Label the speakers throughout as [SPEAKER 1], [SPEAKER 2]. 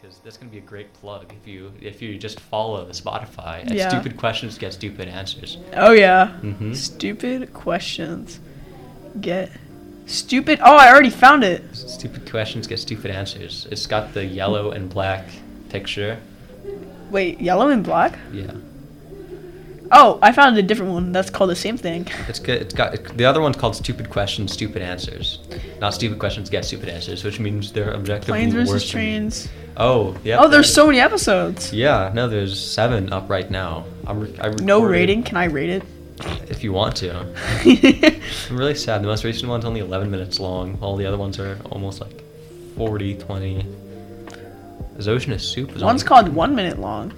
[SPEAKER 1] because that's going to be a great plug if you if you just follow the Spotify. At
[SPEAKER 2] Yeah.
[SPEAKER 1] Stupid questions get stupid answers.
[SPEAKER 2] Oh yeah.
[SPEAKER 1] Mm-hmm.
[SPEAKER 2] Stupid questions. Get stupid. Oh, I already found it.
[SPEAKER 1] Stupid questions get stupid answers. It's got the yellow and black picture.
[SPEAKER 2] Wait, yellow and black?
[SPEAKER 1] Yeah,
[SPEAKER 2] Oh, I found a different one. That's called the same thing.
[SPEAKER 1] it's good. It's got the other one's called Stupid Questions, Stupid Answers. Not Stupid Questions Get Stupid Answers, which means they're objectively
[SPEAKER 2] Planes versus
[SPEAKER 1] worse than-
[SPEAKER 2] trains.
[SPEAKER 1] Oh yeah.
[SPEAKER 2] Oh, there's
[SPEAKER 1] there-
[SPEAKER 2] so many episodes.
[SPEAKER 1] Yeah, no, there's seven up right now. I'm re- I
[SPEAKER 2] No
[SPEAKER 1] recorded-
[SPEAKER 2] rating. Can I rate
[SPEAKER 1] If you want to.
[SPEAKER 2] it?
[SPEAKER 1] I'm really sad. The most recent one's only 11 minutes long. All the other ones are almost like 40, 20. This Ocean is Soup is
[SPEAKER 2] One's
[SPEAKER 1] only-
[SPEAKER 2] called one minute long.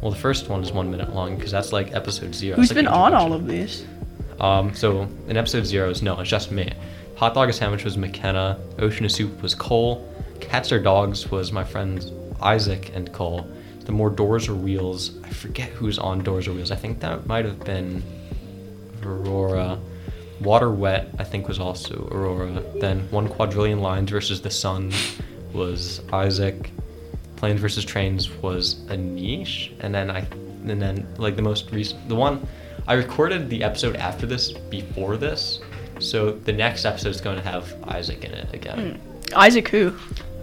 [SPEAKER 1] Well, the first one is one minute long because that's like episode zero. It's
[SPEAKER 2] Who's
[SPEAKER 1] like
[SPEAKER 2] been on all of
[SPEAKER 1] introduction.
[SPEAKER 2] these?
[SPEAKER 1] Um, so in episode zero is no, it's just me. Hot dog and sandwich was McKenna. Ocean is Soup was Cole. Cats or dogs was my friends Isaac and Cole. The more doors or wheels, I forget who's on doors or wheels. I think that might have been Aurora. Water Wet, I think, was also Aurora. Then One Quadrillion Lines versus the Sun was Isaac. Planes versus Trains was Anish, and then I, and then like the most recent, the one I recorded the episode after this, before this, so the next episode is going to have Isaac in it again.
[SPEAKER 2] Hmm. Isaac who?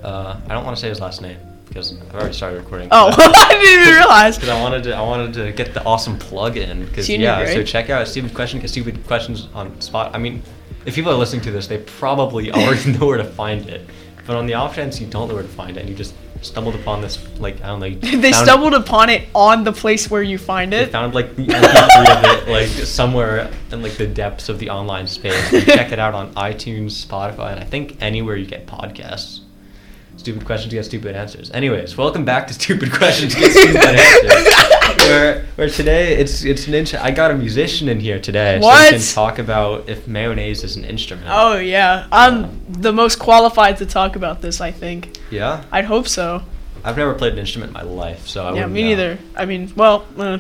[SPEAKER 1] Uh, I don't want to say his last name because I've already started recording.
[SPEAKER 2] Oh, I didn't even realize.
[SPEAKER 1] Because I wanted to, I wanted to get the awesome plug in. Because
[SPEAKER 2] Senior
[SPEAKER 1] yeah, so
[SPEAKER 2] grade.
[SPEAKER 1] check out stupid question, 'cause stupid questions on spot. I mean, if people are listening to this, they probably already know where to find it. But on the off chance you don't know where to find it, and you just stumbled upon this, like I don't know, you
[SPEAKER 2] They
[SPEAKER 1] found-
[SPEAKER 2] stumbled upon it on the place where you find
[SPEAKER 1] They
[SPEAKER 2] it.
[SPEAKER 1] found like the MP3 of it, like somewhere in like the depths of the online space. And check it out on iTunes, Spotify, and I think anywhere you get podcasts. Stupid questions get stupid answers. Anyways, welcome back to Stupid Questions Get Stupid Answers. Where, where today it's it's an inch. I got a musician in here today, so
[SPEAKER 2] What?
[SPEAKER 1] we can talk about if mayonnaise is an instrument.
[SPEAKER 2] Oh yeah, I'm the most qualified to talk about this. I think.
[SPEAKER 1] yeah.
[SPEAKER 2] I'd hope so.
[SPEAKER 1] I've never played an instrument in my life, so I
[SPEAKER 2] yeah,
[SPEAKER 1] wouldn't
[SPEAKER 2] me
[SPEAKER 1] know.
[SPEAKER 2] neither. I mean, well, uh,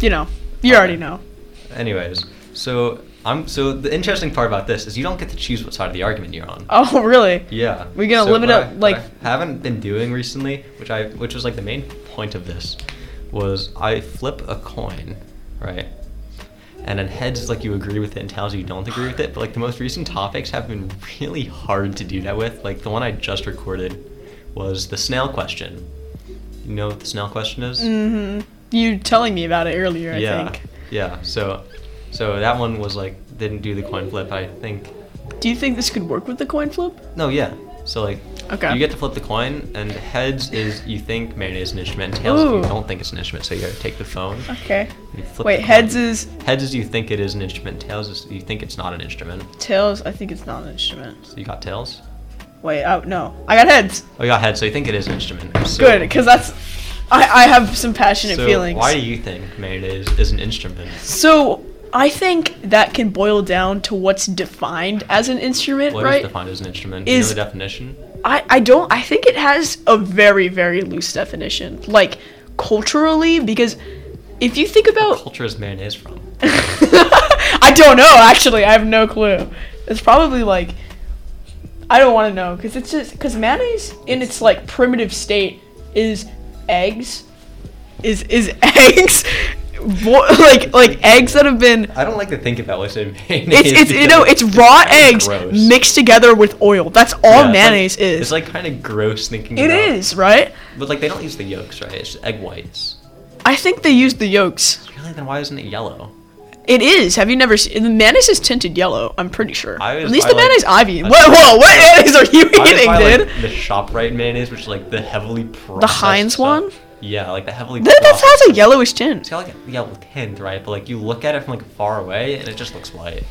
[SPEAKER 2] you know, you
[SPEAKER 1] Okay.
[SPEAKER 2] already know.
[SPEAKER 1] Anyways, so I'm so the interesting part about this is you don't get to choose what side of the argument you're on.
[SPEAKER 2] Oh really?
[SPEAKER 1] Yeah.
[SPEAKER 2] We're gonna limit
[SPEAKER 1] what
[SPEAKER 2] up,
[SPEAKER 1] I-
[SPEAKER 2] like-
[SPEAKER 1] what I haven't been doing recently, which I which was like the main point of this, was I flip a coin, right? And then heads is like you agree with it and tails you don't agree with it. But like the most recent topics have been really hard to do that with. Like the one I just recorded was the snail question. You know what the snail question is?
[SPEAKER 2] hmm You telling me about it earlier? I
[SPEAKER 1] yeah.
[SPEAKER 2] think.
[SPEAKER 1] Yeah. So so that one was like didn't do the coin flip, I think.
[SPEAKER 2] Do you think this could work with the coin flip?
[SPEAKER 1] No, yeah. So like,
[SPEAKER 2] Okay.
[SPEAKER 1] you get to flip the coin, and heads is you think mayonnaise is an instrument, and tails is
[SPEAKER 2] Ooh.
[SPEAKER 1] you don't think it's an instrument. So you gotta take the phone.
[SPEAKER 2] Okay.
[SPEAKER 1] and you flip
[SPEAKER 2] Wait,
[SPEAKER 1] the
[SPEAKER 2] heads
[SPEAKER 1] coin.
[SPEAKER 2] is
[SPEAKER 1] heads is you think it is an instrument, tails is you think it's not an instrument.
[SPEAKER 2] tails. I think it's not an instrument.
[SPEAKER 1] So you got tails.
[SPEAKER 2] Wait, oh no, I got heads.
[SPEAKER 1] Oh, you got heads. So you think it is an instrument. So,
[SPEAKER 2] Good, because that's I I have some passionate
[SPEAKER 1] so
[SPEAKER 2] feelings.
[SPEAKER 1] Why do you think mayonnaise is an instrument?
[SPEAKER 2] So I think that can boil down to what's defined as an instrument,
[SPEAKER 1] What is
[SPEAKER 2] right?
[SPEAKER 1] defined as an instrument? Do you know
[SPEAKER 2] Is-
[SPEAKER 1] the definition?
[SPEAKER 2] I, I don't I think it has a very, very loose definition. Like culturally, because if you think
[SPEAKER 1] What
[SPEAKER 2] about
[SPEAKER 1] culture is mayonnaise from?
[SPEAKER 2] I don't know actually, I have no clue. It's probably like I don't want to know because it's just because mayonnaise in its like primitive state is eggs, is is eggs, Bo- like like eggs that have been
[SPEAKER 1] I don't like to think about what's in mayonnaise.
[SPEAKER 2] It's it's you
[SPEAKER 1] because
[SPEAKER 2] know it's raw
[SPEAKER 1] kinda
[SPEAKER 2] eggs
[SPEAKER 1] gross.
[SPEAKER 2] mixed together with oil. That's
[SPEAKER 1] Yeah,
[SPEAKER 2] all
[SPEAKER 1] it's like-
[SPEAKER 2] mayonnaise is.
[SPEAKER 1] It's like kind of gross thinking.
[SPEAKER 2] It
[SPEAKER 1] about
[SPEAKER 2] is, right?
[SPEAKER 1] But like they don't use the yolks, right? It's just egg whites.
[SPEAKER 2] I think they use the yolks.
[SPEAKER 1] Really? Then why isn't it yellow?
[SPEAKER 2] It is. Have you never seen the mayonnaise is tinted yellow? I'm pretty sure.
[SPEAKER 1] I
[SPEAKER 2] At
[SPEAKER 1] was-
[SPEAKER 2] least
[SPEAKER 1] I
[SPEAKER 2] the
[SPEAKER 1] like-
[SPEAKER 2] mayonnaise I've eaten.
[SPEAKER 1] I
[SPEAKER 2] What?
[SPEAKER 1] like-
[SPEAKER 2] Whoa! What mayonnaise are you
[SPEAKER 1] I just
[SPEAKER 2] eating,
[SPEAKER 1] buy,
[SPEAKER 2] dude?
[SPEAKER 1] like, the Shoprite mayonnaise, which is like the heavily processed.
[SPEAKER 2] Heinz
[SPEAKER 1] stuff.
[SPEAKER 2] one?
[SPEAKER 1] Yeah, like the heavily.
[SPEAKER 2] That, that
[SPEAKER 1] processed
[SPEAKER 2] has a
[SPEAKER 1] stuff.
[SPEAKER 2] yellowish
[SPEAKER 1] It's
[SPEAKER 2] tint.
[SPEAKER 1] got like a yellow tint, right? But like you look at it from like far away, and it just looks white.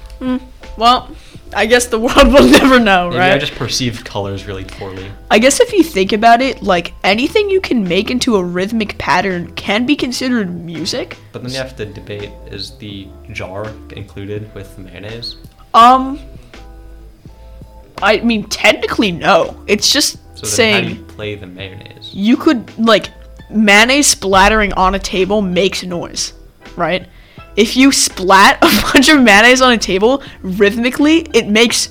[SPEAKER 2] Well, I guess the world will never know,
[SPEAKER 1] Maybe
[SPEAKER 2] right?
[SPEAKER 1] I just perceived colors really poorly.
[SPEAKER 2] I guess if you think about it, like anything you can make into a rhythmic pattern can be considered music.
[SPEAKER 1] But then you have to debate: is the jar included with the mayonnaise?
[SPEAKER 2] Um, I mean, technically, no. It's just
[SPEAKER 1] So then
[SPEAKER 2] saying
[SPEAKER 1] how do
[SPEAKER 2] you-,
[SPEAKER 1] you play the mayonnaise?
[SPEAKER 2] could like mayonnaise splattering on a table makes noise, right? If you splat a bunch of mayonnaise on a table rhythmically, it makes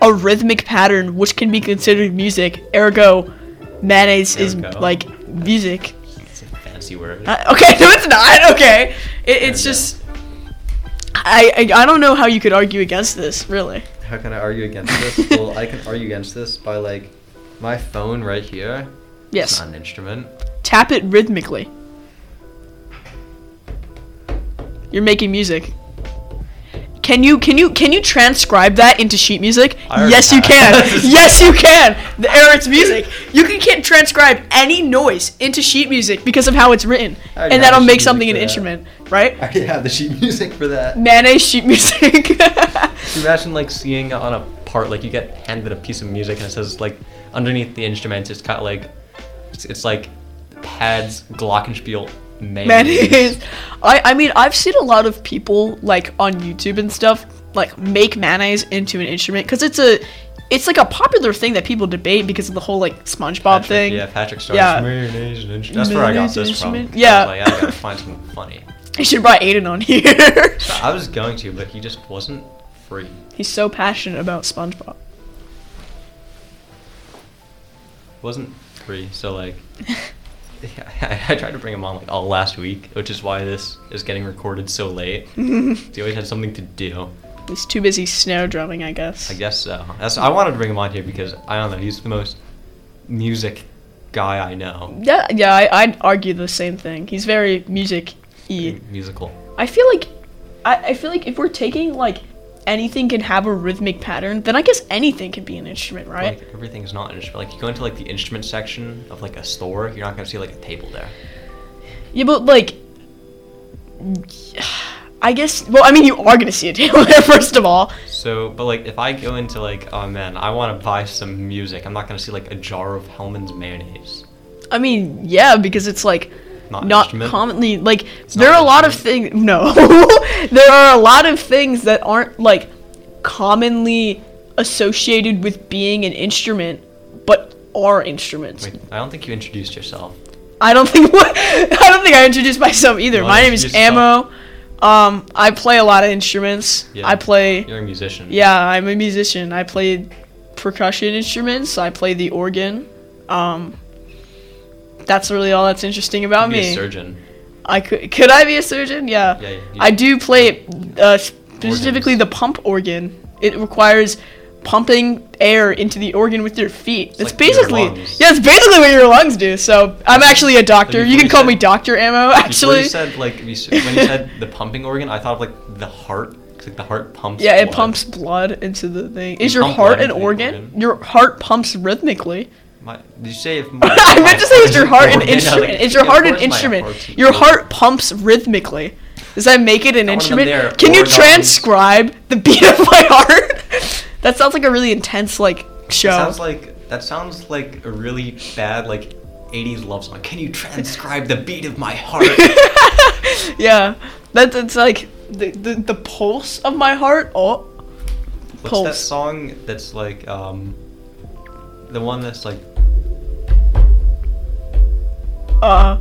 [SPEAKER 2] a rhythmic pattern which can be considered music. Ergo, Mayonnaise
[SPEAKER 1] There
[SPEAKER 2] is
[SPEAKER 1] we go.
[SPEAKER 2] like music.
[SPEAKER 1] It's a fancy word.
[SPEAKER 2] Uh, okay, no, it's not. Okay, it, it's
[SPEAKER 1] Yeah,
[SPEAKER 2] just. I, I I don't know how you could argue against this, really.
[SPEAKER 1] How can I argue against this? well, I can argue against this by like my phone right here. It's
[SPEAKER 2] Yes,
[SPEAKER 1] not an instrument.
[SPEAKER 2] tap it rhythmically. You're making music. Can you can you can you transcribe that into sheet music?
[SPEAKER 1] I already
[SPEAKER 2] Yes, you
[SPEAKER 1] have.
[SPEAKER 2] can. yes, you can. The Eric's music. You can, can transcribe any noise into sheet music because of how it's written,
[SPEAKER 1] I already
[SPEAKER 2] and
[SPEAKER 1] have
[SPEAKER 2] that'll
[SPEAKER 1] sheet
[SPEAKER 2] make
[SPEAKER 1] music
[SPEAKER 2] something
[SPEAKER 1] for
[SPEAKER 2] an
[SPEAKER 1] that.
[SPEAKER 2] instrument, right?
[SPEAKER 1] I already have the sheet music for that.
[SPEAKER 2] Mayonnaise sheet music.
[SPEAKER 1] Can you Imagine like seeing on a part like you get handed a piece of music and it says like underneath the instruments it's got like it's, it's like pads Glockenspiel mayonnaise.
[SPEAKER 2] mayonnaise. I, I mean, I've seen a lot of people like on YouTube and stuff like make mayonnaise into an instrument because it's a, it's like a popular thing that people debate because of the whole like SpongeBob
[SPEAKER 1] Patrick,
[SPEAKER 2] thing.
[SPEAKER 1] Yeah, Patrick Starr.
[SPEAKER 2] Yeah.
[SPEAKER 1] Mayonnaise and instrument. That's where I got
[SPEAKER 2] Mayonnaise and
[SPEAKER 1] this from.
[SPEAKER 2] instrument.
[SPEAKER 1] I was
[SPEAKER 2] Yeah.
[SPEAKER 1] Like, I gotta find something funny.
[SPEAKER 2] You should brought Aiden on here.
[SPEAKER 1] I was going to, but he just wasn't free.
[SPEAKER 2] He's so passionate about SpongeBob.
[SPEAKER 1] wasn't free. So like, yeah, I, I tried to bring him on like all last week, which is why this is getting recorded so late. he always had something to do.
[SPEAKER 2] He's too busy snare drumming, I guess.
[SPEAKER 1] I guess so. That's I wanted to bring him on here because I don't know. He's the most music guy I know.
[SPEAKER 2] Yeah, yeah, I, I'd argue the same thing. He's very music y.
[SPEAKER 1] Mm. Musical.
[SPEAKER 2] I feel like I, I feel like if we're taking like anything can have a rhythmic pattern, then I guess anything can be an instrument, right?
[SPEAKER 1] Like everything's not an instrument. Like you go into like the instrument section of like a store, you're not gonna see like a table there.
[SPEAKER 2] yeah, but like I guess well, I mean you are gonna see a table there first of all.
[SPEAKER 1] So, but like if I go into like, oh man, I want to buy some music, I'm not gonna see like a jar of Hellman's mayonnaise.
[SPEAKER 2] I mean, yeah, because it's like
[SPEAKER 1] Not
[SPEAKER 2] not,
[SPEAKER 1] an instrument?
[SPEAKER 2] commonly like
[SPEAKER 1] not
[SPEAKER 2] there
[SPEAKER 1] an
[SPEAKER 2] are a lot of things no. there are a lot of things that aren't like commonly associated with being an instrument, but are instruments.
[SPEAKER 1] Wait, I don't think you introduced yourself.
[SPEAKER 2] I don't think what I don't think I introduced myself either.
[SPEAKER 1] No,
[SPEAKER 2] My name is
[SPEAKER 1] introduce yourself.
[SPEAKER 2] Ammo. Um, I play a lot of instruments.
[SPEAKER 1] Yeah.
[SPEAKER 2] I play. Yeah.
[SPEAKER 1] You're a musician.
[SPEAKER 2] I'm a musician. I play percussion instruments. I play the organ. Um, that's really all that's interesting about
[SPEAKER 1] Be a
[SPEAKER 2] me.
[SPEAKER 1] surgeon.
[SPEAKER 2] I could could I be a surgeon? Yeah.
[SPEAKER 1] Yeah, you-
[SPEAKER 2] I do play uh, specifically the pump organ. It requires pumping air into the organ with your feet. It's,
[SPEAKER 1] like your
[SPEAKER 2] basically
[SPEAKER 1] lungs.
[SPEAKER 2] yeah, it's basically what your lungs do. So I'm actually a doctor.
[SPEAKER 1] Like before
[SPEAKER 2] You can
[SPEAKER 1] you
[SPEAKER 2] call me
[SPEAKER 1] said-
[SPEAKER 2] Doctor Ammo.
[SPEAKER 1] Before
[SPEAKER 2] Actually,
[SPEAKER 1] you said like you s- when you said the pumping organ, I thought of like the heart. 'cause, like the heart pumps.
[SPEAKER 2] yeah, it
[SPEAKER 1] blood.
[SPEAKER 2] pumps blood into the thing. Is
[SPEAKER 1] You
[SPEAKER 2] your
[SPEAKER 1] pump
[SPEAKER 2] heart
[SPEAKER 1] blood
[SPEAKER 2] an
[SPEAKER 1] into the
[SPEAKER 2] organ?
[SPEAKER 1] organ.
[SPEAKER 2] Your heart pumps rhythmically.
[SPEAKER 1] My, did you say if?
[SPEAKER 2] I meant to say, is your heart an
[SPEAKER 1] Organ, I was like,
[SPEAKER 2] instrument? Is your
[SPEAKER 1] of
[SPEAKER 2] heart an
[SPEAKER 1] course my
[SPEAKER 2] instrument?
[SPEAKER 1] heart's an
[SPEAKER 2] Your
[SPEAKER 1] organ.
[SPEAKER 2] heart pumps rhythmically. Does that make it an
[SPEAKER 1] I want them there,
[SPEAKER 2] instrument? Can you
[SPEAKER 1] organs.
[SPEAKER 2] transcribe the beat of my heart? that sounds like a really intense like
[SPEAKER 1] That
[SPEAKER 2] show.
[SPEAKER 1] Sounds like that sounds like a really bad like. 80s love song. Can you transcribe the beat of my heart?
[SPEAKER 2] yeah, that's it's like the, the the pulse of my heart. Oh,
[SPEAKER 1] What's that
[SPEAKER 2] Pulse.
[SPEAKER 1] song that's like um the one that's like
[SPEAKER 2] uh,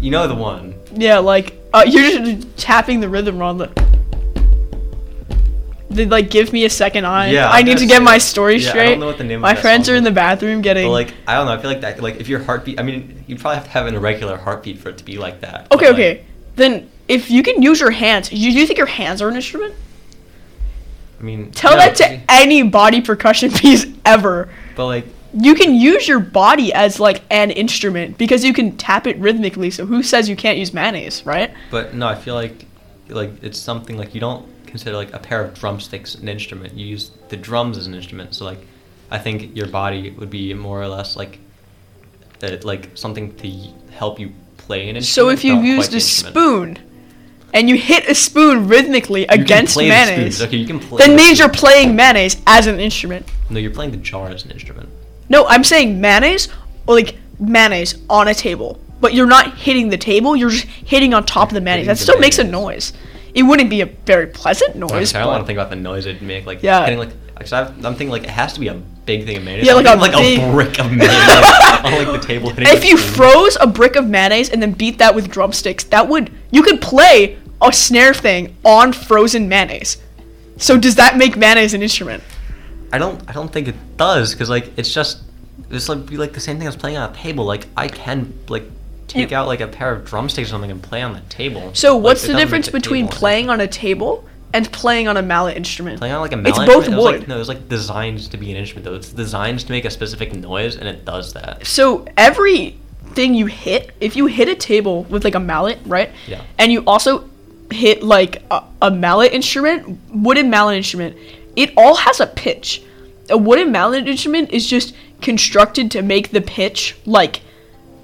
[SPEAKER 1] you know the one.
[SPEAKER 2] yeah, like uh, you're just tapping the rhythm wrong. Look. They like give me a second eye.
[SPEAKER 1] Yeah,
[SPEAKER 2] I need
[SPEAKER 1] that's
[SPEAKER 2] to get my
[SPEAKER 1] it.
[SPEAKER 2] story
[SPEAKER 1] Yeah, I
[SPEAKER 2] straight.
[SPEAKER 1] don't know what the name of
[SPEAKER 2] my
[SPEAKER 1] that
[SPEAKER 2] friends
[SPEAKER 1] song
[SPEAKER 2] are in
[SPEAKER 1] is.
[SPEAKER 2] the bathroom getting
[SPEAKER 1] But like I don't know. I feel like that. Like if your heartbeat, I mean, you'd probably have to have an irregular heartbeat for it to be like that. But,
[SPEAKER 2] Okay,
[SPEAKER 1] like,
[SPEAKER 2] okay. Then if you can use your hands, you, do you think your hands are an instrument?
[SPEAKER 1] I mean,
[SPEAKER 2] Tell
[SPEAKER 1] no,
[SPEAKER 2] that to any body percussion piece ever.
[SPEAKER 1] But like,
[SPEAKER 2] You can use your body as like an instrument because you can tap it rhythmically. So who says you can't use mayonnaise, right?
[SPEAKER 1] but no, I feel like, like it's something like you don't consider like a pair of drumsticks an instrument. You use the drums as an instrument. So like, I think your body would be more or less like, that like something to y- help you play an instrument.
[SPEAKER 2] So if you
[SPEAKER 1] not quite
[SPEAKER 2] used
[SPEAKER 1] the
[SPEAKER 2] a
[SPEAKER 1] instrument.
[SPEAKER 2] spoon and you hit a spoon rhythmically
[SPEAKER 1] You can
[SPEAKER 2] against
[SPEAKER 1] play the
[SPEAKER 2] mayonnaise,
[SPEAKER 1] spoons. Okay, you can play. the
[SPEAKER 2] then means you're
[SPEAKER 1] spoon.
[SPEAKER 2] playing mayonnaise as an instrument.
[SPEAKER 1] No, you're playing the jar as an instrument.
[SPEAKER 2] No, I'm saying mayonnaise, or like mayonnaise on a table. But you're not hitting the table, you're just hitting on top of the mayonnaise.
[SPEAKER 1] Hitting
[SPEAKER 2] That
[SPEAKER 1] the
[SPEAKER 2] still makes a
[SPEAKER 1] mayonnaise.
[SPEAKER 2] noise. It wouldn't be a very pleasant
[SPEAKER 1] Okay,
[SPEAKER 2] noise.
[SPEAKER 1] I don't
[SPEAKER 2] but-
[SPEAKER 1] want to think about the noise it'd make. Like,
[SPEAKER 2] Yeah.
[SPEAKER 1] Getting, like, cause I've, I'm thinking like it has to be a big thing of mayonnaise.
[SPEAKER 2] Yeah,
[SPEAKER 1] I'm
[SPEAKER 2] like a
[SPEAKER 1] thinking, like
[SPEAKER 2] big-
[SPEAKER 1] a brick of mayonnaise like, on like the table. Hitting
[SPEAKER 2] if
[SPEAKER 1] the
[SPEAKER 2] you
[SPEAKER 1] spoon.
[SPEAKER 2] froze a brick of mayonnaise and then beat that with drumsticks, that would you could play a snare thing on frozen mayonnaise. So does that make mayonnaise an instrument?
[SPEAKER 1] I don't I don't think it does because like it's just This like be like the same thing as playing on a table. Like I can like take out like a pair of drumsticks or something and play on the table.
[SPEAKER 2] So
[SPEAKER 1] Like,
[SPEAKER 2] what's
[SPEAKER 1] it
[SPEAKER 2] the
[SPEAKER 1] doesn't
[SPEAKER 2] difference
[SPEAKER 1] make the
[SPEAKER 2] between
[SPEAKER 1] table any-
[SPEAKER 2] playing on a table and playing on a mallet instrument?
[SPEAKER 1] playing on like a
[SPEAKER 2] It's
[SPEAKER 1] mallet?
[SPEAKER 2] both
[SPEAKER 1] instrument? It was, like-
[SPEAKER 2] wood.
[SPEAKER 1] no, it was like designed to be an instrument though. It's designed to make a specific noise and it does that.
[SPEAKER 2] so every thing you hit, if you hit a table with like a mallet, right?
[SPEAKER 1] Yeah.
[SPEAKER 2] And you also hit like a, a mallet instrument, wooden mallet instrument, it all has a pitch. A wooden mallet instrument is just constructed to make the pitch like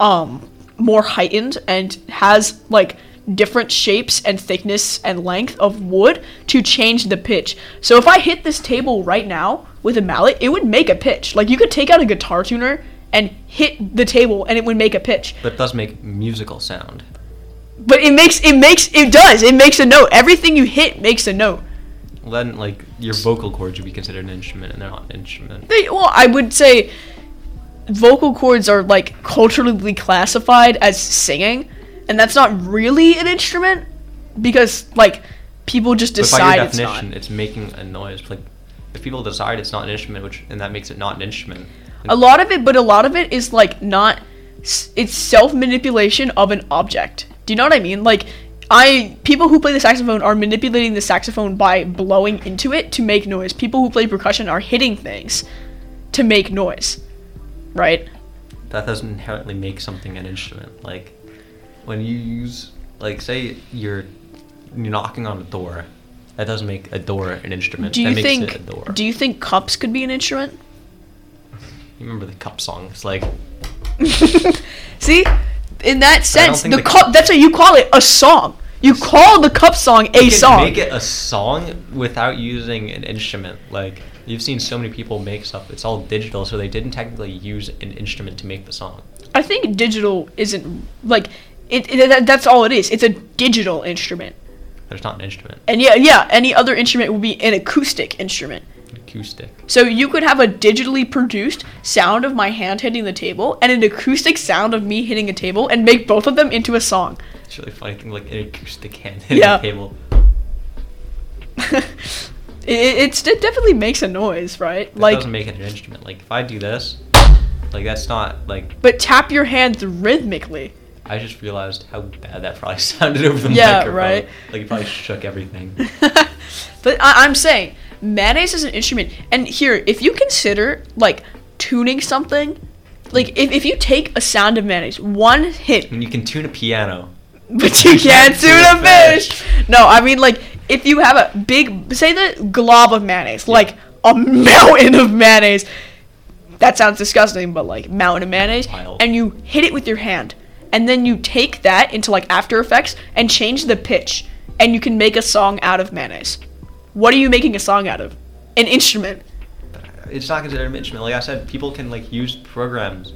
[SPEAKER 2] um more heightened and has like different shapes and thickness and length of wood to change the pitch. So if I hit this table right now with a mallet, it would make a pitch. Like you could take out a guitar tuner and hit the table and it would make a pitch.
[SPEAKER 1] But it does make musical sound.
[SPEAKER 2] But it makes it makes it does. It makes a note. Everything you hit makes a note.
[SPEAKER 1] Well, Then like your vocal cords would be considered an instrument and they're not an instrument.
[SPEAKER 2] They, well, I would say vocal cords are like culturally classified as singing, and that's not really an instrument because like people just
[SPEAKER 1] But by
[SPEAKER 2] decide
[SPEAKER 1] your
[SPEAKER 2] it's not.
[SPEAKER 1] definition, it's, making a noise. Like if people decide it's not an instrument, which and that makes it not an instrument. then
[SPEAKER 2] A lot of it, but a lot of it is like not. s- It's self manipulation of an object. Do you know what I mean? Like, I people who play the saxophone are manipulating the saxophone by blowing into it to make noise. People who play percussion are hitting things to make noise, right?
[SPEAKER 1] that doesn't inherently make something an instrument. Like when you use like say you're you're knocking on a door, that doesn't make a door an instrument.
[SPEAKER 2] Do you
[SPEAKER 1] that makes
[SPEAKER 2] think?
[SPEAKER 1] it a door.
[SPEAKER 2] Do you think cups could be an instrument?
[SPEAKER 1] You remember the cup song? It's like
[SPEAKER 2] See, in that sense,
[SPEAKER 1] think
[SPEAKER 2] the,
[SPEAKER 1] the-
[SPEAKER 2] cup. That's what you call it. A song. You call the cup song a
[SPEAKER 1] you can
[SPEAKER 2] song.
[SPEAKER 1] Make it a song without using an instrument. Like you've seen so many people make stuff. It's all digital, so they didn't technically use an instrument to make the song.
[SPEAKER 2] I think digital isn't like it. it that, that's all it is. It's a digital instrument.
[SPEAKER 1] There's not an instrument.
[SPEAKER 2] And yeah, yeah. Any other instrument would be an acoustic instrument.
[SPEAKER 1] Acoustic.
[SPEAKER 2] So you could have a digitally produced sound of my hand hitting the table and an acoustic sound of me hitting a table, and make both of them into a song.
[SPEAKER 1] It's a really funny thing, like an acoustic hand hitting
[SPEAKER 2] Yeah.
[SPEAKER 1] a table.
[SPEAKER 2] it, it's, it definitely makes a noise, right?
[SPEAKER 1] It
[SPEAKER 2] like,
[SPEAKER 1] doesn't make it an instrument. Like if I do this, like that's not like
[SPEAKER 2] but tap your hands rhythmically.
[SPEAKER 1] I just realized how bad that probably sounded over the
[SPEAKER 2] Yeah,
[SPEAKER 1] microphone.
[SPEAKER 2] right.
[SPEAKER 1] Like it probably shook everything.
[SPEAKER 2] but I- I'm saying mayonnaise is an instrument. And here, if you consider like tuning something, like if, if you take a sound of mayonnaise, one hit,
[SPEAKER 1] And you can tune a piano.
[SPEAKER 2] but you can't tune a fish. No, I mean like if you have a big, say the glob of mayonnaise, like a mountain of mayonnaise. That sounds disgusting, but like mountain of mayonnaise,
[SPEAKER 1] Wild.
[SPEAKER 2] and you hit it with your hand, and then you take that into like After Effects and change the pitch, and you can make a song out of mayonnaise. What are you making a song out of? An instrument.
[SPEAKER 1] It's not considered an instrument. Like I said, people can like use programs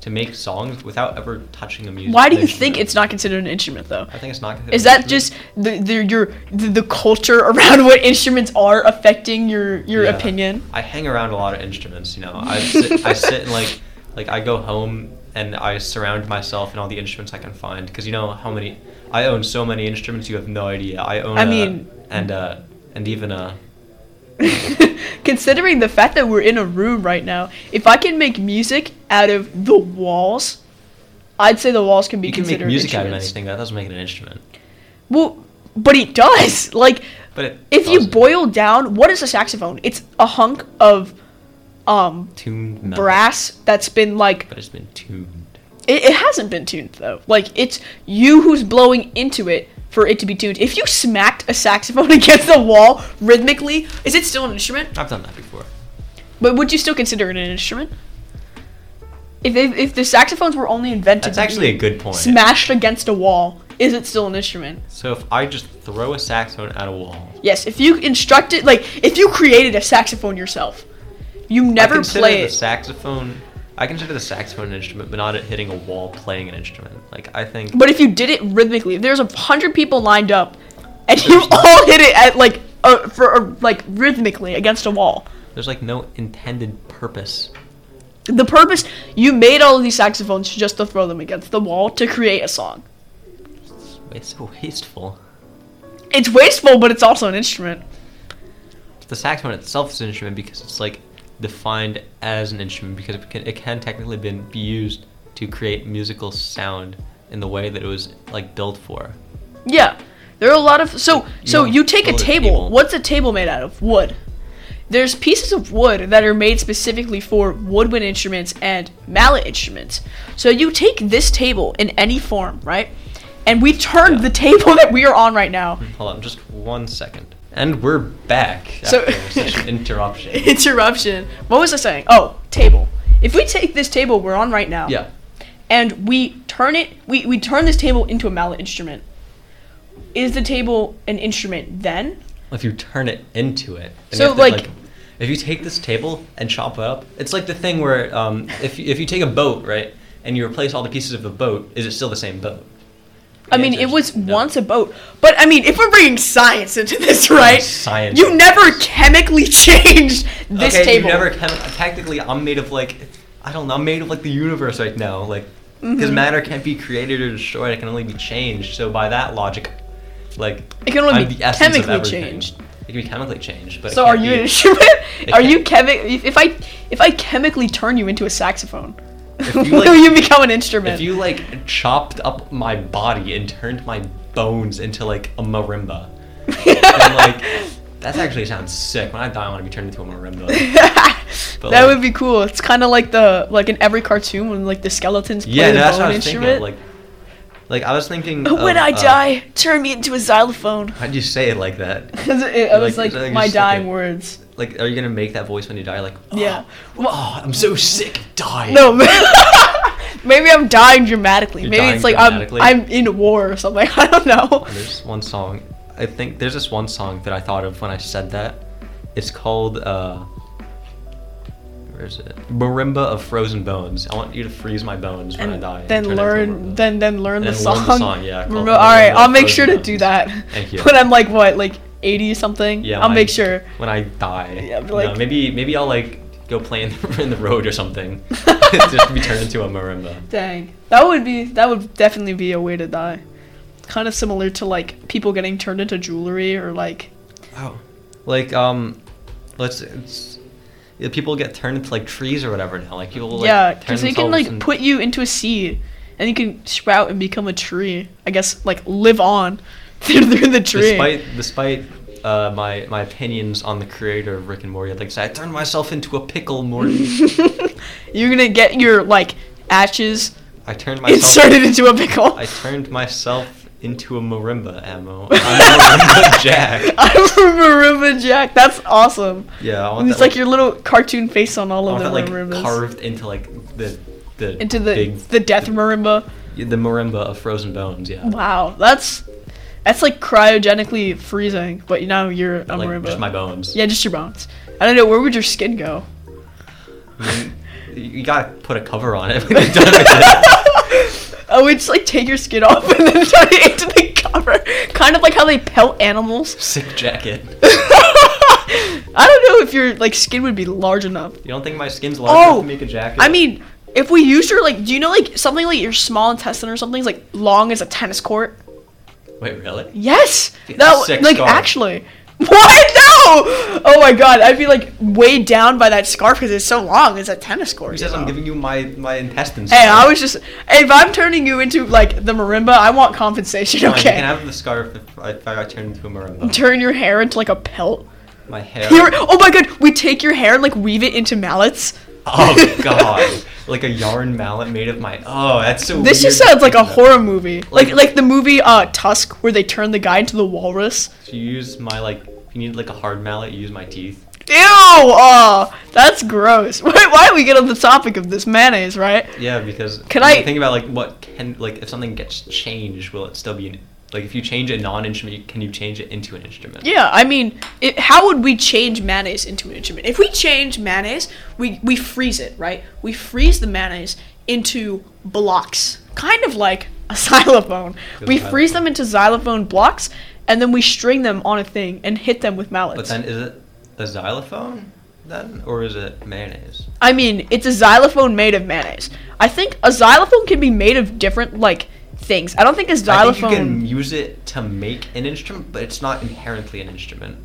[SPEAKER 1] to make songs without ever touching a music.
[SPEAKER 2] Why do
[SPEAKER 1] an
[SPEAKER 2] you think
[SPEAKER 1] instrument.
[SPEAKER 2] it's not considered an instrument though?
[SPEAKER 1] I think it's not. considered
[SPEAKER 2] Is
[SPEAKER 1] an
[SPEAKER 2] that
[SPEAKER 1] instrument.
[SPEAKER 2] just the, the your the, the culture around what instruments are affecting your your
[SPEAKER 1] Yeah.
[SPEAKER 2] opinion?
[SPEAKER 1] I hang around a lot of instruments, you know. I sit, I sit and like like I go home and I surround myself in all the instruments I can find because you know how many I own so many instruments you have no idea. I own
[SPEAKER 2] I
[SPEAKER 1] a-
[SPEAKER 2] mean-
[SPEAKER 1] and uh and even a
[SPEAKER 2] Considering the fact that we're in a room right now, if I can make music out of the walls, I'd say the walls can be
[SPEAKER 1] you can make
[SPEAKER 2] considered
[SPEAKER 1] music out of
[SPEAKER 2] instruments.
[SPEAKER 1] anything that doesn't make it an instrument.
[SPEAKER 2] Well, but it does. Like
[SPEAKER 1] But it
[SPEAKER 2] if you
[SPEAKER 1] doesn't.
[SPEAKER 2] boil down, what is a saxophone? It's a hunk of um
[SPEAKER 1] tuned metal,
[SPEAKER 2] brass that's been like
[SPEAKER 1] but it's been tuned.
[SPEAKER 2] It, it hasn't been tuned though. Like it's you who's blowing into it for it to be tuned. If you smacked a saxophone against the wall rhythmically, is it still an instrument?
[SPEAKER 1] I've done that before.
[SPEAKER 2] But would you still consider it an instrument? If if, if the saxophones were only invented,
[SPEAKER 1] That's
[SPEAKER 2] to be
[SPEAKER 1] actually a good point.
[SPEAKER 2] smashed against a wall. Is it still an instrument?
[SPEAKER 1] So if I just throw a saxophone at a wall,
[SPEAKER 2] Yes. If you instructed, like if you created a saxophone yourself, you
[SPEAKER 1] I
[SPEAKER 2] never
[SPEAKER 1] consider
[SPEAKER 2] play
[SPEAKER 1] the
[SPEAKER 2] it.
[SPEAKER 1] saxophone. I consider the saxophone an instrument, but not it hitting a wall playing an instrument. Like I think
[SPEAKER 2] But if you did it rhythmically, if there's a hundred people lined up, and you all hit it at like uh, for uh, like rhythmically against a wall,
[SPEAKER 1] There's like no intended purpose.
[SPEAKER 2] the purpose you made all of these saxophones just to throw them against the wall to create a song.
[SPEAKER 1] It's so wasteful.
[SPEAKER 2] It's wasteful, but it's also an instrument.
[SPEAKER 1] The saxophone itself is an instrument because it's like defined as an instrument because it can, it can technically been, be used to create musical sound in the way that it was like built for.
[SPEAKER 2] Yeah, there are a lot of so so
[SPEAKER 1] Yeah,
[SPEAKER 2] you take a
[SPEAKER 1] wood,
[SPEAKER 2] table.
[SPEAKER 1] people.
[SPEAKER 2] What's a table made out of? Wood. There's pieces of wood that are made specifically for woodwind instruments and mallet instruments. So you take this table in any form, right? And we turned the table that we are on right now.
[SPEAKER 1] Hold on, just one second. And we're back
[SPEAKER 2] So-
[SPEAKER 1] after such an interruption.
[SPEAKER 2] Interruption. What was I saying? Oh, table. If we take this table we're on right now,
[SPEAKER 1] Yeah.
[SPEAKER 2] and we turn it, we we turn this table into a mallet instrument. Is the table an instrument then?
[SPEAKER 1] If you turn it into it. then
[SPEAKER 2] So,
[SPEAKER 1] you have to,
[SPEAKER 2] like-
[SPEAKER 1] if you take this table and chop it up, it's like the thing where um, if you, if you take a boat, right, and you replace all the pieces of the boat, is it still the same boat?
[SPEAKER 2] I
[SPEAKER 1] The
[SPEAKER 2] mean,
[SPEAKER 1] answer
[SPEAKER 2] it
[SPEAKER 1] is
[SPEAKER 2] was
[SPEAKER 1] no.
[SPEAKER 2] once a boat, but I mean, if we're bringing science into this, right?
[SPEAKER 1] science
[SPEAKER 2] You
[SPEAKER 1] into
[SPEAKER 2] never chemically changed this
[SPEAKER 1] okay,
[SPEAKER 2] table.
[SPEAKER 1] You never chem- technically, I'm made of like, I don't know, I'm made of like the universe right now. Like,
[SPEAKER 2] Mm-hmm.
[SPEAKER 1] because matter can't be created or destroyed, it can only be changed. So, by that logic, like,
[SPEAKER 2] It can only
[SPEAKER 1] I'm
[SPEAKER 2] be
[SPEAKER 1] the essence of
[SPEAKER 2] chemically
[SPEAKER 1] everything.
[SPEAKER 2] changed.
[SPEAKER 1] It can be chemically changed. But it
[SPEAKER 2] so are
[SPEAKER 1] can't
[SPEAKER 2] you
[SPEAKER 1] be-
[SPEAKER 2] an instrument?
[SPEAKER 1] It
[SPEAKER 2] Are you
[SPEAKER 1] can't-
[SPEAKER 2] chemi- if- If I if I chemically turn you into a saxophone,
[SPEAKER 1] you,
[SPEAKER 2] will
[SPEAKER 1] like-
[SPEAKER 2] you become an instrument?
[SPEAKER 1] If you like chopped up my body and turned my bones into like a marimba, then like that actually sounds sick. When I die, I want to be turned into a marimba.
[SPEAKER 2] that
[SPEAKER 1] But, like-
[SPEAKER 2] would be cool. It's kind of like the like in every cartoon when like the skeletons play
[SPEAKER 1] yeah,
[SPEAKER 2] the
[SPEAKER 1] no, that's what I
[SPEAKER 2] bone
[SPEAKER 1] was thinking. Of.
[SPEAKER 2] instrument.
[SPEAKER 1] Like, like I was thinking.
[SPEAKER 2] when
[SPEAKER 1] of,
[SPEAKER 2] I
[SPEAKER 1] uh,
[SPEAKER 2] die, turn me into a xylophone.
[SPEAKER 1] why'd you say it like that?
[SPEAKER 2] Because it, it was
[SPEAKER 1] like-
[SPEAKER 2] like,
[SPEAKER 1] it's like
[SPEAKER 2] my
[SPEAKER 1] you're stuck
[SPEAKER 2] dying
[SPEAKER 1] in-
[SPEAKER 2] words.
[SPEAKER 1] Like, are you gonna make that voice when you die? Like, oh,
[SPEAKER 2] Yeah.
[SPEAKER 1] oh, I'm so sick, of dying.
[SPEAKER 2] No, maybe I'm dying dramatically.
[SPEAKER 1] You're
[SPEAKER 2] maybe
[SPEAKER 1] dying
[SPEAKER 2] it's like
[SPEAKER 1] dramatically?
[SPEAKER 2] I'm I'm in war or something. I don't know.
[SPEAKER 1] There's one song. I think there's this one song that I thought of when I said that. It's called uh where is it? Marimba of Frozen Bones. I want you to freeze my bones when I
[SPEAKER 2] And
[SPEAKER 1] die. and
[SPEAKER 2] then
[SPEAKER 1] turn into a
[SPEAKER 2] learn,
[SPEAKER 1] marimba.
[SPEAKER 2] then then learn the
[SPEAKER 1] And
[SPEAKER 2] song.
[SPEAKER 1] learn the song, yeah, called
[SPEAKER 2] Remember- all right,
[SPEAKER 1] Marimba
[SPEAKER 2] I'll make
[SPEAKER 1] Frozen
[SPEAKER 2] sure to
[SPEAKER 1] Mountains.
[SPEAKER 2] do that.
[SPEAKER 1] Thank you.
[SPEAKER 2] When I'm like what, like 80 something.
[SPEAKER 1] Yeah,
[SPEAKER 2] I'll
[SPEAKER 1] when
[SPEAKER 2] make
[SPEAKER 1] I-
[SPEAKER 2] sure.
[SPEAKER 1] When I die.
[SPEAKER 2] Yeah, but
[SPEAKER 1] No,
[SPEAKER 2] like-
[SPEAKER 1] maybe maybe I'll like go play in the, in the road or something. Just be turned into a marimba.
[SPEAKER 2] Dang, that would be that would definitely be a way to die. Kind of similar to like people getting turned into jewelry or like
[SPEAKER 1] Wow. Like um let's it's yeah, people get turned into like trees or whatever now. Like people like
[SPEAKER 2] yeah,
[SPEAKER 1] turn
[SPEAKER 2] because they can
[SPEAKER 1] themselves
[SPEAKER 2] like
[SPEAKER 1] in-
[SPEAKER 2] put you into a seed, and you can sprout and become a tree. I guess like live on through the tree.
[SPEAKER 1] Despite despite uh, my my opinions on the creator of Rick and Morty, I'd like to say I turned myself into a pickle, Morty.
[SPEAKER 2] You're gonna get your like ashes
[SPEAKER 1] I turned myself.
[SPEAKER 2] inserted into a pickle.
[SPEAKER 1] I turned myself into a marimba ammo. I'm Marimba Jack.
[SPEAKER 2] I'm from Marimba Jack. That's awesome.
[SPEAKER 1] Yeah, I want
[SPEAKER 2] And it's
[SPEAKER 1] that,
[SPEAKER 2] like your little cartoon face on all
[SPEAKER 1] I
[SPEAKER 2] of
[SPEAKER 1] want
[SPEAKER 2] the
[SPEAKER 1] that, like
[SPEAKER 2] marimbas.
[SPEAKER 1] carved into like the the
[SPEAKER 2] into the
[SPEAKER 1] big,
[SPEAKER 2] the death marimba.
[SPEAKER 1] the, marimba of frozen bones. Yeah.
[SPEAKER 2] Wow, that's that's like cryogenically freezing, but now you're a
[SPEAKER 1] But, like,
[SPEAKER 2] marimba.
[SPEAKER 1] just my bones.
[SPEAKER 2] yeah, just your bones. I don't know where would your skin go.
[SPEAKER 1] I mean, you gotta put a cover on it when you're done with it.
[SPEAKER 2] Oh, we just like take your skin off and then turn it into the cover, kind of like how they pelt animals.
[SPEAKER 1] Sick jacket.
[SPEAKER 2] I don't know if your like skin would be large enough.
[SPEAKER 1] You don't think my skin's large enough
[SPEAKER 2] Oh,
[SPEAKER 1] to make a jacket?
[SPEAKER 2] I mean, if we use your like, do you know like something like your small intestine or something's like long as a tennis court?
[SPEAKER 1] wait, really?
[SPEAKER 2] Yes,
[SPEAKER 1] Yeah,
[SPEAKER 2] that
[SPEAKER 1] sick
[SPEAKER 2] like
[SPEAKER 1] scarf.
[SPEAKER 2] actually. What? No! Oh my god, I'd be like weighed down by that scarf because it's so long. It's a tennis court.
[SPEAKER 1] Who
[SPEAKER 2] you
[SPEAKER 1] says I'm
[SPEAKER 2] know?
[SPEAKER 1] giving you my my intestines?
[SPEAKER 2] Hey, I was just if I'm turning you into like the marimba, I want compensation.
[SPEAKER 1] Fine, You
[SPEAKER 2] Okay.
[SPEAKER 1] can have the scarf if I, if I turn into a marimba.
[SPEAKER 2] Turn your hair into like a pelt.
[SPEAKER 1] My hair.
[SPEAKER 2] Here, oh my god, we take your hair and like weave it into mallets.
[SPEAKER 1] Oh god. like a yarn mallet made of my. Oh, that's so. weird
[SPEAKER 2] This just sounds like a
[SPEAKER 1] to think about.
[SPEAKER 2] horror movie, like like the movie uh Tusk, where they turn the guy into the walrus.
[SPEAKER 1] If you use my like. If you need like a hard mallet, you use my teeth.
[SPEAKER 2] Ew! Oh, that's gross. Why, why do we get on the topic of this mayonnaise, right?
[SPEAKER 1] Yeah, because.
[SPEAKER 2] Can
[SPEAKER 1] when you
[SPEAKER 2] I-
[SPEAKER 1] think about like what can like if something gets changed, will it still be an, like if you change a non-instrument, can you change it into an instrument?
[SPEAKER 2] Yeah, I mean, it, how would we change mayonnaise into an instrument? If we change mayonnaise, we we freeze it, right? We freeze the mayonnaise into blocks, kind of like a xylophone.
[SPEAKER 1] Good
[SPEAKER 2] We freeze
[SPEAKER 1] xylophone.
[SPEAKER 2] them into xylophone blocks, and then we string them on a thing and hit them with mallets.
[SPEAKER 1] But then is it a xylophone then, or is it mayonnaise?
[SPEAKER 2] I mean, it's a xylophone made of mayonnaise. I think a xylophone can be made of different like things. I don't think a xylophone.
[SPEAKER 1] I think you can use it to make an instrument, but it's not inherently an instrument.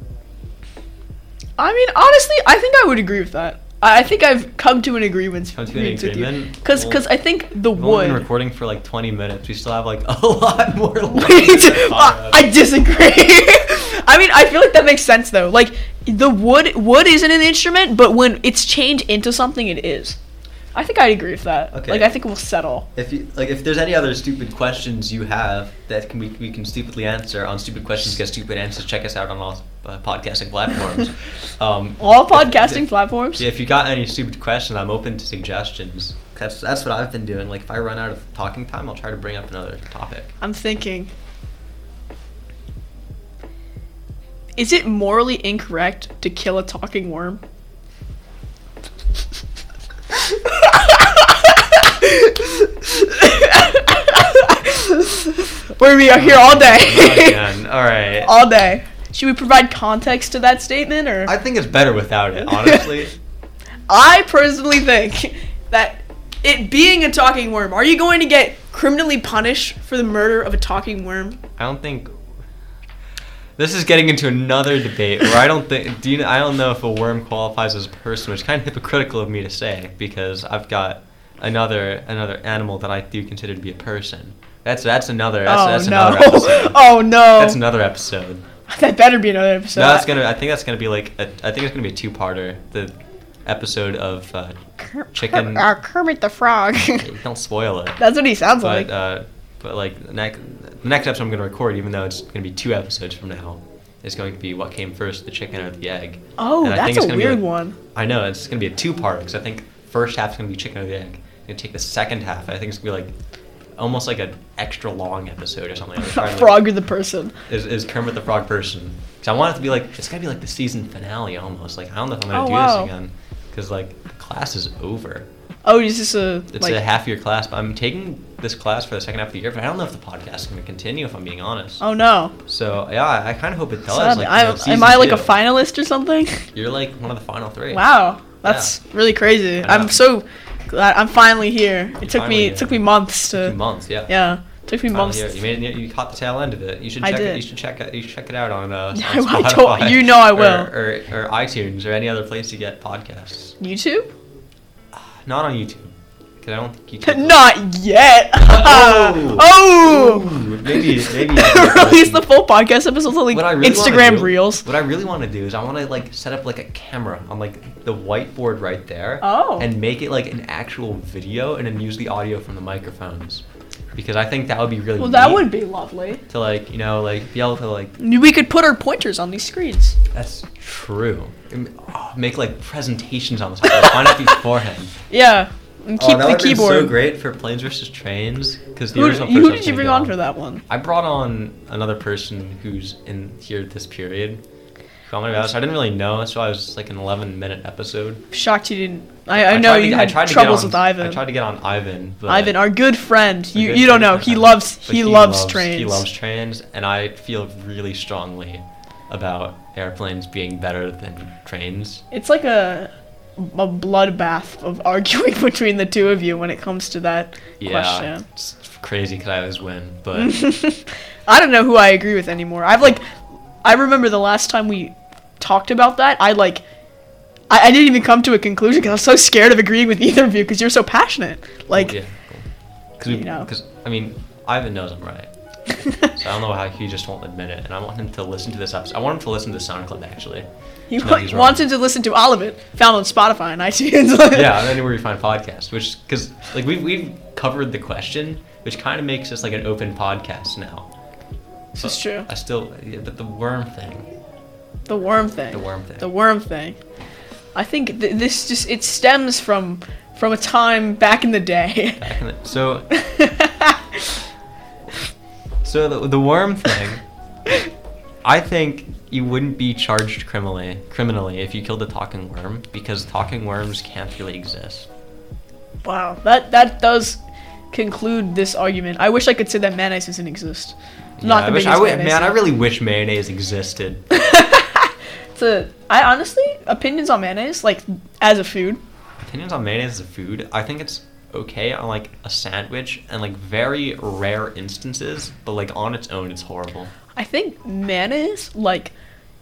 [SPEAKER 2] I mean, honestly, I think I would agree with that. I I think I've come to an agreement.
[SPEAKER 1] Come to an agreement?
[SPEAKER 2] Because
[SPEAKER 1] Well,
[SPEAKER 2] because I think the
[SPEAKER 1] We've only
[SPEAKER 2] wood.
[SPEAKER 1] been recording for like 20 minutes. We still have like a lot more. left to talk
[SPEAKER 2] I
[SPEAKER 1] about.
[SPEAKER 2] I disagree. I mean, I feel like that makes sense though. Like the wood wood isn't an instrument, but when it's changed into something, it is. I think I agree with that.
[SPEAKER 1] Okay.
[SPEAKER 2] Like I think we'll settle.
[SPEAKER 1] If you like, if there's any other stupid questions you have that can we, we can stupidly answer on stupid questions get stupid answers, check us out on all uh, podcasting platforms. um,
[SPEAKER 2] All
[SPEAKER 1] if-
[SPEAKER 2] podcasting
[SPEAKER 1] if-
[SPEAKER 2] platforms.
[SPEAKER 1] Yeah, if you got any stupid question, I'm open to suggestions. That's that's what I've been doing. Like if I run out of talking time, I'll try to bring up another topic.
[SPEAKER 2] I'm thinking. Is it morally incorrect to kill a talking worm? Where we are here all
[SPEAKER 1] Not
[SPEAKER 2] day.
[SPEAKER 1] again. All right.
[SPEAKER 2] all day. Should we provide context to that statement or
[SPEAKER 1] I think it's better without it, honestly.
[SPEAKER 2] I personally think that it being a talking worm, are you going to get criminally punished for the murder of a talking worm?
[SPEAKER 1] I don't think this is getting into another debate where I don't think do you, I don't know if a worm qualifies as a person, which is kind of hypocritical of me to say because I've got another another animal that I do consider to be a person. That's that's another that's,
[SPEAKER 2] oh
[SPEAKER 1] that's
[SPEAKER 2] no!
[SPEAKER 1] another episode.
[SPEAKER 2] oh no!
[SPEAKER 1] That's another episode.
[SPEAKER 2] that better be another episode.
[SPEAKER 1] no, that's gonna. I think that's gonna be like. A, I think it's gonna be a two-parter. The episode of uh, chicken-
[SPEAKER 2] Uh, Kermit the Frog.
[SPEAKER 1] don't spoil it.
[SPEAKER 2] that's what he sounds
[SPEAKER 1] but
[SPEAKER 2] like.
[SPEAKER 1] uh, but like the next the next episode I'm gonna record, even though it's gonna be two episodes from now, is going to be what came first, the chicken or the egg.
[SPEAKER 2] oh,
[SPEAKER 1] and I think
[SPEAKER 2] that's
[SPEAKER 1] it's
[SPEAKER 2] a
[SPEAKER 1] gonna be
[SPEAKER 2] weird
[SPEAKER 1] like-
[SPEAKER 2] one.
[SPEAKER 1] I know it's gonna be a two-part because I think first half's gonna be chicken or the egg. I'm gonna take the second half. I think it's gonna be like almost like an extra long episode or something. Like, probably, like,
[SPEAKER 2] Frog or the person.
[SPEAKER 1] is, is Kermit the Frog person. Because I want it to be like, it's got to be like the season finale almost. Like, I don't know if I'm going
[SPEAKER 2] Oh,
[SPEAKER 1] to do
[SPEAKER 2] wow.
[SPEAKER 1] this again. Because, like, the class is over.
[SPEAKER 2] Oh, is this a
[SPEAKER 1] It's
[SPEAKER 2] like?
[SPEAKER 1] a half year class, but I'm taking this class for the second half of the year, but I don't know if the podcast is going to continue, if I'm being honest.
[SPEAKER 2] oh no!
[SPEAKER 1] So, yeah, I kind of hope it does.
[SPEAKER 2] Sadly,
[SPEAKER 1] like, you know,
[SPEAKER 2] I,
[SPEAKER 1] season
[SPEAKER 2] am I like a
[SPEAKER 1] two.
[SPEAKER 2] finalist or something?
[SPEAKER 1] You're like one of the final three.
[SPEAKER 2] Wow, that's really crazy.
[SPEAKER 1] I know.
[SPEAKER 2] I'm so glad I'm finally here. It took
[SPEAKER 1] finally
[SPEAKER 2] me
[SPEAKER 1] here.
[SPEAKER 2] it took me months
[SPEAKER 1] Two
[SPEAKER 2] to
[SPEAKER 1] months, yeah.
[SPEAKER 2] yeah, it took me
[SPEAKER 1] Finally
[SPEAKER 2] months.
[SPEAKER 1] here.
[SPEAKER 2] to-
[SPEAKER 1] You, made it, you caught the tail end of it. You should
[SPEAKER 2] I
[SPEAKER 1] check it.
[SPEAKER 2] did.
[SPEAKER 1] You should check it. You should check it out on, uh,
[SPEAKER 2] I
[SPEAKER 1] on
[SPEAKER 2] will- I
[SPEAKER 1] Spotify
[SPEAKER 2] don't- you know I
[SPEAKER 1] or-
[SPEAKER 2] will.
[SPEAKER 1] or, or iTunes or any other place you get podcasts.
[SPEAKER 2] YouTube?
[SPEAKER 1] Not on YouTube. Because I don't think YouTube.
[SPEAKER 2] Not yet.
[SPEAKER 1] Oh.
[SPEAKER 2] oh.
[SPEAKER 1] Ooh, maybe, maybe.
[SPEAKER 2] release the full podcast episodes on like
[SPEAKER 1] What I really wanna
[SPEAKER 2] Instagram
[SPEAKER 1] do-
[SPEAKER 2] Reels.
[SPEAKER 1] What I really want to do is I want to like set up like a camera on like the whiteboard right there.
[SPEAKER 2] Oh.
[SPEAKER 1] And make it like an actual video, and then use the audio from the microphones, because I think that would be really.
[SPEAKER 2] Well, that
[SPEAKER 1] neat
[SPEAKER 2] would be lovely.
[SPEAKER 1] To like you know like be able to like
[SPEAKER 2] We could put our pointers on these screens.
[SPEAKER 1] that's true. And, oh, make like presentations on this. Like, find out beforehand.
[SPEAKER 2] Yeah, and keep
[SPEAKER 1] oh, that
[SPEAKER 2] the
[SPEAKER 1] would've been
[SPEAKER 2] keyboard.
[SPEAKER 1] so great for Planes versus Trains because the
[SPEAKER 2] Who,
[SPEAKER 1] original.
[SPEAKER 2] who
[SPEAKER 1] person I
[SPEAKER 2] did
[SPEAKER 1] was
[SPEAKER 2] you
[SPEAKER 1] gonna
[SPEAKER 2] bring
[SPEAKER 1] get
[SPEAKER 2] on for that one?
[SPEAKER 1] I brought on another person who's in here this period. Who I'm gonna be honest, I didn't really know, so I was just, like an 11 minute episode.
[SPEAKER 2] Shocked you didn't. I, I
[SPEAKER 1] tried
[SPEAKER 2] know
[SPEAKER 1] to-
[SPEAKER 2] Oh, you
[SPEAKER 1] I
[SPEAKER 2] had
[SPEAKER 1] tried to get
[SPEAKER 2] troubles
[SPEAKER 1] on-
[SPEAKER 2] with Ivan.
[SPEAKER 1] I tried to get on Ivan. But
[SPEAKER 2] Ivan, our good friend.
[SPEAKER 1] a
[SPEAKER 2] You
[SPEAKER 1] good
[SPEAKER 2] you don't
[SPEAKER 1] friend
[SPEAKER 2] know.
[SPEAKER 1] of
[SPEAKER 2] He
[SPEAKER 1] mine.
[SPEAKER 2] loves
[SPEAKER 1] But
[SPEAKER 2] he, loves, trains.
[SPEAKER 1] He loves trains, and I feel really strongly about airplanes being better than trains.
[SPEAKER 2] It's like a a bloodbath of arguing between the two of you when it comes to that
[SPEAKER 1] Yeah,
[SPEAKER 2] question.
[SPEAKER 1] it's crazy because I always win, but
[SPEAKER 2] I don't know who I agree with anymore. I've like, I remember the last time we talked about that. I like, I, I didn't even come to a conclusion because I was so scared of agreeing with either of you because you're so passionate. Like,
[SPEAKER 1] yeah, because
[SPEAKER 2] you know.
[SPEAKER 1] because I mean Ivan knows I'm right. So I don't know how he just won't admit it, and I want him to listen to this episode. I want him to listen to the SoundCloud actually.
[SPEAKER 2] he
[SPEAKER 1] No,
[SPEAKER 2] wa-
[SPEAKER 1] he's wrong.
[SPEAKER 2] wanted to listen to all of it, found on Spotify and iTunes.
[SPEAKER 1] yeah, and anywhere you find podcasts, which because like we've we've covered the question, which kind of makes us like an open podcast now.
[SPEAKER 2] this is
[SPEAKER 1] But
[SPEAKER 2] true.
[SPEAKER 1] I still yeah, but the worm thing.
[SPEAKER 2] The worm thing.
[SPEAKER 1] The worm thing.
[SPEAKER 2] The worm thing. I think th- this just it stems from from a time back in the day.
[SPEAKER 1] Back in the, so so the, the worm thing. I think you wouldn't be charged criminally criminally if you killed a talking worm because talking worms can't really exist.
[SPEAKER 2] wow, that that does conclude this argument. I wish I could say that mayonnaise doesn't exist. I'm Not
[SPEAKER 1] Yeah, I
[SPEAKER 2] the
[SPEAKER 1] wish, I
[SPEAKER 2] biggest
[SPEAKER 1] wi-
[SPEAKER 2] mayonnaise
[SPEAKER 1] man, I
[SPEAKER 2] fan.
[SPEAKER 1] really wish mayonnaise existed.
[SPEAKER 2] It's a- I honestly opinions on mayonnaise like as a food.
[SPEAKER 1] Opinions on mayonnaise as a food, I think it's okay on like a sandwich and like very rare instances, but like on its own, it's horrible.
[SPEAKER 2] I think mayonnaise like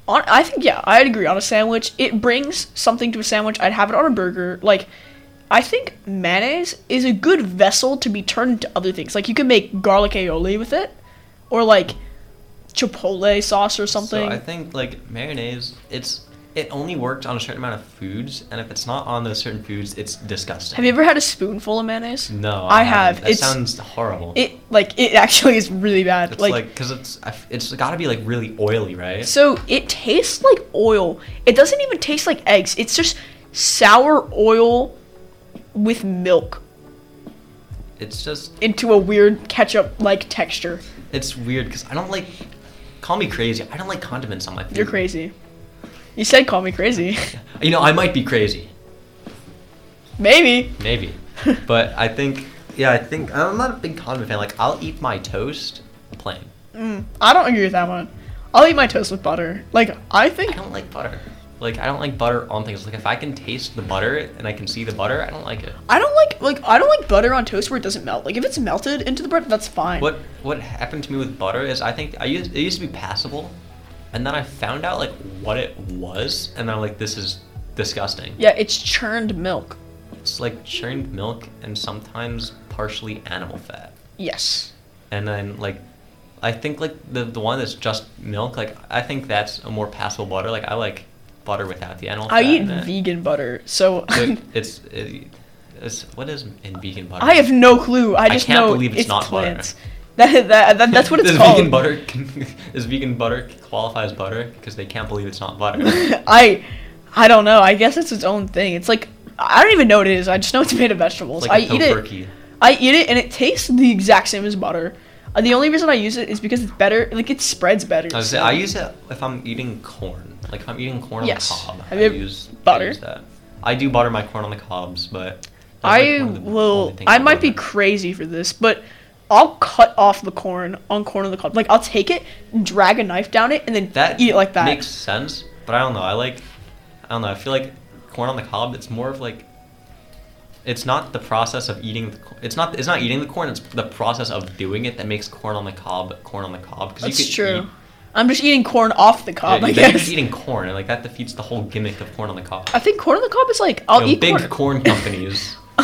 [SPEAKER 2] on, I think yeah, I'd agree on a sandwich. It brings something to a sandwich. I'd have it on a burger. Like, I think mayonnaise is a good vessel to be turned into other things. Like you can make garlic aioli with it, or like chipotle sauce or something.
[SPEAKER 1] So I think like mayonnaise, it's it only works on a certain amount of foods, and if it's not on those certain foods, it's disgusting.
[SPEAKER 2] have you ever had a spoonful of mayonnaise?
[SPEAKER 1] No,
[SPEAKER 2] I have.
[SPEAKER 1] It
[SPEAKER 2] It's-
[SPEAKER 1] sounds horrible.
[SPEAKER 2] It like it actually is really bad.
[SPEAKER 1] it's
[SPEAKER 2] like,
[SPEAKER 1] like because it's I f- it's got to be like really oily, right?
[SPEAKER 2] so it tastes like oil. It doesn't even taste like eggs. It's just sour oil with milk
[SPEAKER 1] It's just
[SPEAKER 2] into a weird ketchup like texture.
[SPEAKER 1] it's weird because I don't like. Call me crazy. I don't like condiments on my food.
[SPEAKER 2] You're crazy. You said call me crazy.
[SPEAKER 1] You know, I might be crazy.
[SPEAKER 2] Maybe.
[SPEAKER 1] Maybe. but I think, yeah, I think I'm not a big condiment fan. Like, I'll eat my toast plain.
[SPEAKER 2] Mm, I don't agree with that one. I'll eat my toast with butter. Like I
[SPEAKER 1] I
[SPEAKER 2] think
[SPEAKER 1] don't like butter. Like, I don't like butter on things. Like, if I can taste the butter and I can see the butter, I don't like it.
[SPEAKER 2] I don't like like I don't like butter on toast where it doesn't melt. Like if it's melted into the bread, that's fine.
[SPEAKER 1] What What happened to me with butter is I think I used it used to be passable, and then I found out like what it was, and I'm like, this is disgusting.
[SPEAKER 2] Yeah, it's churned milk.
[SPEAKER 1] It's like churned milk and sometimes partially animal fat.
[SPEAKER 2] Yes.
[SPEAKER 1] and then like I think like the the one that's just milk, like I think that's a more passable butter. Like I like butter without the animal.
[SPEAKER 2] I
[SPEAKER 1] fat
[SPEAKER 2] eat
[SPEAKER 1] in it.
[SPEAKER 2] vegan butter, so
[SPEAKER 1] But it's it, it's what is in vegan butter?
[SPEAKER 2] I have no clue. I just
[SPEAKER 1] can't
[SPEAKER 2] know
[SPEAKER 1] believe it's
[SPEAKER 2] it's
[SPEAKER 1] not butter.
[SPEAKER 2] plants. That, that, that that's what it's
[SPEAKER 1] Does
[SPEAKER 2] called.
[SPEAKER 1] Vegan butter can, is vegan butter qualify as butter because they can't believe it's not butter.
[SPEAKER 2] I I don't know. I guess it's its own thing. It's like I don't even know what it is. I just know it's made of vegetables.
[SPEAKER 1] It's
[SPEAKER 2] I
[SPEAKER 1] like a
[SPEAKER 2] eat it.
[SPEAKER 1] tofurkey.
[SPEAKER 2] I eat it and it tastes the exact same as butter. Uh, the only reason I use it is because it's better. Like it spreads better.
[SPEAKER 1] I, was
[SPEAKER 2] so-
[SPEAKER 1] say, I use it if I'm eating corn. Like if I'm eating corn
[SPEAKER 2] Yes.
[SPEAKER 1] on the cob,
[SPEAKER 2] Have
[SPEAKER 1] I
[SPEAKER 2] you ever-
[SPEAKER 1] use I
[SPEAKER 2] butter?
[SPEAKER 1] use that. I do butter my corn on the cobs, but that's, like,
[SPEAKER 2] I
[SPEAKER 1] one of the only
[SPEAKER 2] will.
[SPEAKER 1] things
[SPEAKER 2] I might be
[SPEAKER 1] butter.
[SPEAKER 2] crazy for this, but I'll cut off the corn on corn on the cob. Like I'll take it, drag a knife down it, and then
[SPEAKER 1] that
[SPEAKER 2] eat it like that.
[SPEAKER 1] makes sense but i don't know i like i don't know i feel like corn on the cob it's more of like it's not the process of eating the co- it's not it's not eating the corn it's the process of doing it that makes corn on the cob corn on the cob because
[SPEAKER 2] That's true. I'm just eating corn off the cob. I
[SPEAKER 1] you're
[SPEAKER 2] guess.
[SPEAKER 1] just eating corn and like that defeats the whole gimmick of corn on the cob
[SPEAKER 2] I think corn on the cob is like I'll
[SPEAKER 1] You know,
[SPEAKER 2] eat
[SPEAKER 1] big
[SPEAKER 2] corn.
[SPEAKER 1] corn, companies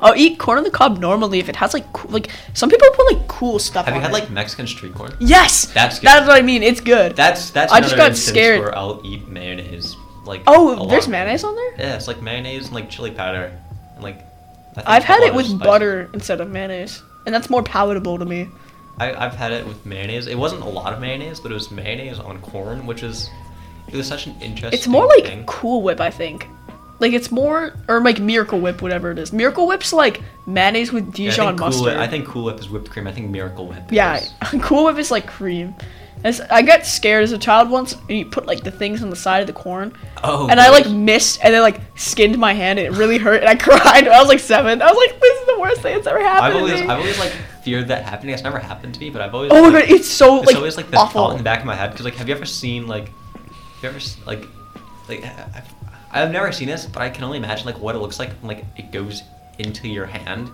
[SPEAKER 2] I'll eat corn on the cob normally if it has like cool, like some people put like cool stuff.
[SPEAKER 1] have you had
[SPEAKER 2] on it.
[SPEAKER 1] like mexican street corn
[SPEAKER 2] Yes.
[SPEAKER 1] That's good.
[SPEAKER 2] That's what I mean. It's good.
[SPEAKER 1] that's that's
[SPEAKER 2] I just
[SPEAKER 1] another
[SPEAKER 2] got
[SPEAKER 1] instance
[SPEAKER 2] scared.
[SPEAKER 1] where uh, i'll eat mayonnaise like a
[SPEAKER 2] oh,
[SPEAKER 1] lot.
[SPEAKER 2] there's mayonnaise on there.
[SPEAKER 1] yeah it's like mayonnaise and like chili powder and like I think
[SPEAKER 2] I've
[SPEAKER 1] a
[SPEAKER 2] had
[SPEAKER 1] couple
[SPEAKER 2] it
[SPEAKER 1] other
[SPEAKER 2] with
[SPEAKER 1] spices.
[SPEAKER 2] butter instead of mayonnaise, and that's more palatable to me.
[SPEAKER 1] I, I've had it with mayonnaise. It wasn't a lot of mayonnaise, but it was mayonnaise on corn, which is it was such an interesting.
[SPEAKER 2] It's more like
[SPEAKER 1] thing.
[SPEAKER 2] Cool Whip, I think. Like it's more or like Miracle Whip, whatever it is. Miracle Whip's like mayonnaise with
[SPEAKER 1] Yeah, I
[SPEAKER 2] Dijon
[SPEAKER 1] think Cool
[SPEAKER 2] mustard.
[SPEAKER 1] Whip, I think Cool Whip is whipped cream. I think Miracle Whip.
[SPEAKER 2] yeah,
[SPEAKER 1] is.
[SPEAKER 2] Cool Whip is like cream. As, I got scared as a child once, and you put like the things on the side of the corn,
[SPEAKER 1] Oh.
[SPEAKER 2] and I
[SPEAKER 1] gross.
[SPEAKER 2] like missed, and then like skinned my hand, and it really hurt, and I cried. when I was like seven. I was like, this is the worst thing that's ever happened.
[SPEAKER 1] I've always
[SPEAKER 2] to me.
[SPEAKER 1] I've always like feared that happening. It's never happened to me, but I've always.
[SPEAKER 2] oh my
[SPEAKER 1] like,
[SPEAKER 2] god, it's so
[SPEAKER 1] it's
[SPEAKER 2] like,
[SPEAKER 1] always like the
[SPEAKER 2] awful.
[SPEAKER 1] thought in the back of my head because like, have you ever seen like, have you ever s- like, like I- I've, I've never seen this, but I can only imagine like what it looks like. when, Like it goes into your hand.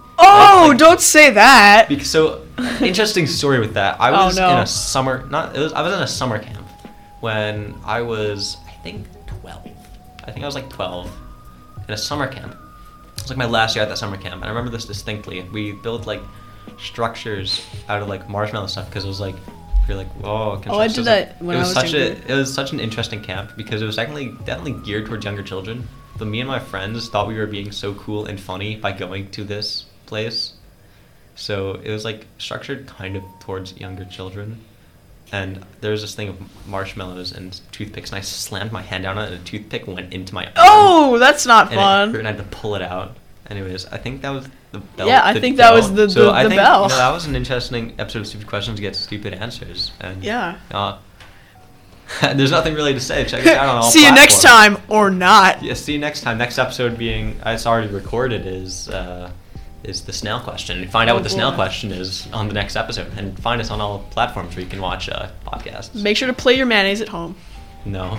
[SPEAKER 1] Like,
[SPEAKER 2] oh,
[SPEAKER 1] like,
[SPEAKER 2] don't say that.
[SPEAKER 1] Because so interesting story with that. I
[SPEAKER 2] Oh,
[SPEAKER 1] was
[SPEAKER 2] no.
[SPEAKER 1] in a summer not it was I was in a summer camp when I was I think 12. I think I was like 12 in a summer camp. It was like my last year at that summer camp and I remember this distinctly. We built like structures out of like marshmallow stuff because it was like you're like oh
[SPEAKER 2] Oh, I did that when
[SPEAKER 1] it
[SPEAKER 2] I
[SPEAKER 1] was
[SPEAKER 2] was
[SPEAKER 1] such
[SPEAKER 2] younger.
[SPEAKER 1] a it was such an interesting camp because it was definitely definitely geared towards younger children but me and my friends thought we were being so cool and funny by going to this place so it was like structured kind of towards younger children. And there was this thing of marshmallows and toothpicks, and I slammed my hand down on it, and a toothpick went into my arm.
[SPEAKER 2] Oh, that's not
[SPEAKER 1] and
[SPEAKER 2] fun.
[SPEAKER 1] It hurt, and I had to pull it out. Anyways, I think that was the bell.
[SPEAKER 2] Yeah, I
[SPEAKER 1] the
[SPEAKER 2] think that was
[SPEAKER 1] bell.
[SPEAKER 2] the-
[SPEAKER 1] so
[SPEAKER 2] the-
[SPEAKER 1] I
[SPEAKER 2] the
[SPEAKER 1] think,
[SPEAKER 2] bell.
[SPEAKER 1] You know, that was an interesting episode of Stupid Questions Get Stupid Answers. And
[SPEAKER 2] Yeah.
[SPEAKER 1] Uh, there's nothing really to say. Check us out on all
[SPEAKER 2] See you next
[SPEAKER 1] platforms.
[SPEAKER 2] time or not.
[SPEAKER 1] Yeah, see you next time. Next episode being uh, it's already recorded is uh, is the snail question. And find out
[SPEAKER 2] Oh,
[SPEAKER 1] what the snail
[SPEAKER 2] boy.
[SPEAKER 1] question is on the next episode, and find us on all platforms where you can watch uh, podcasts.
[SPEAKER 2] Make sure to play your mayonnaise at home.
[SPEAKER 1] no.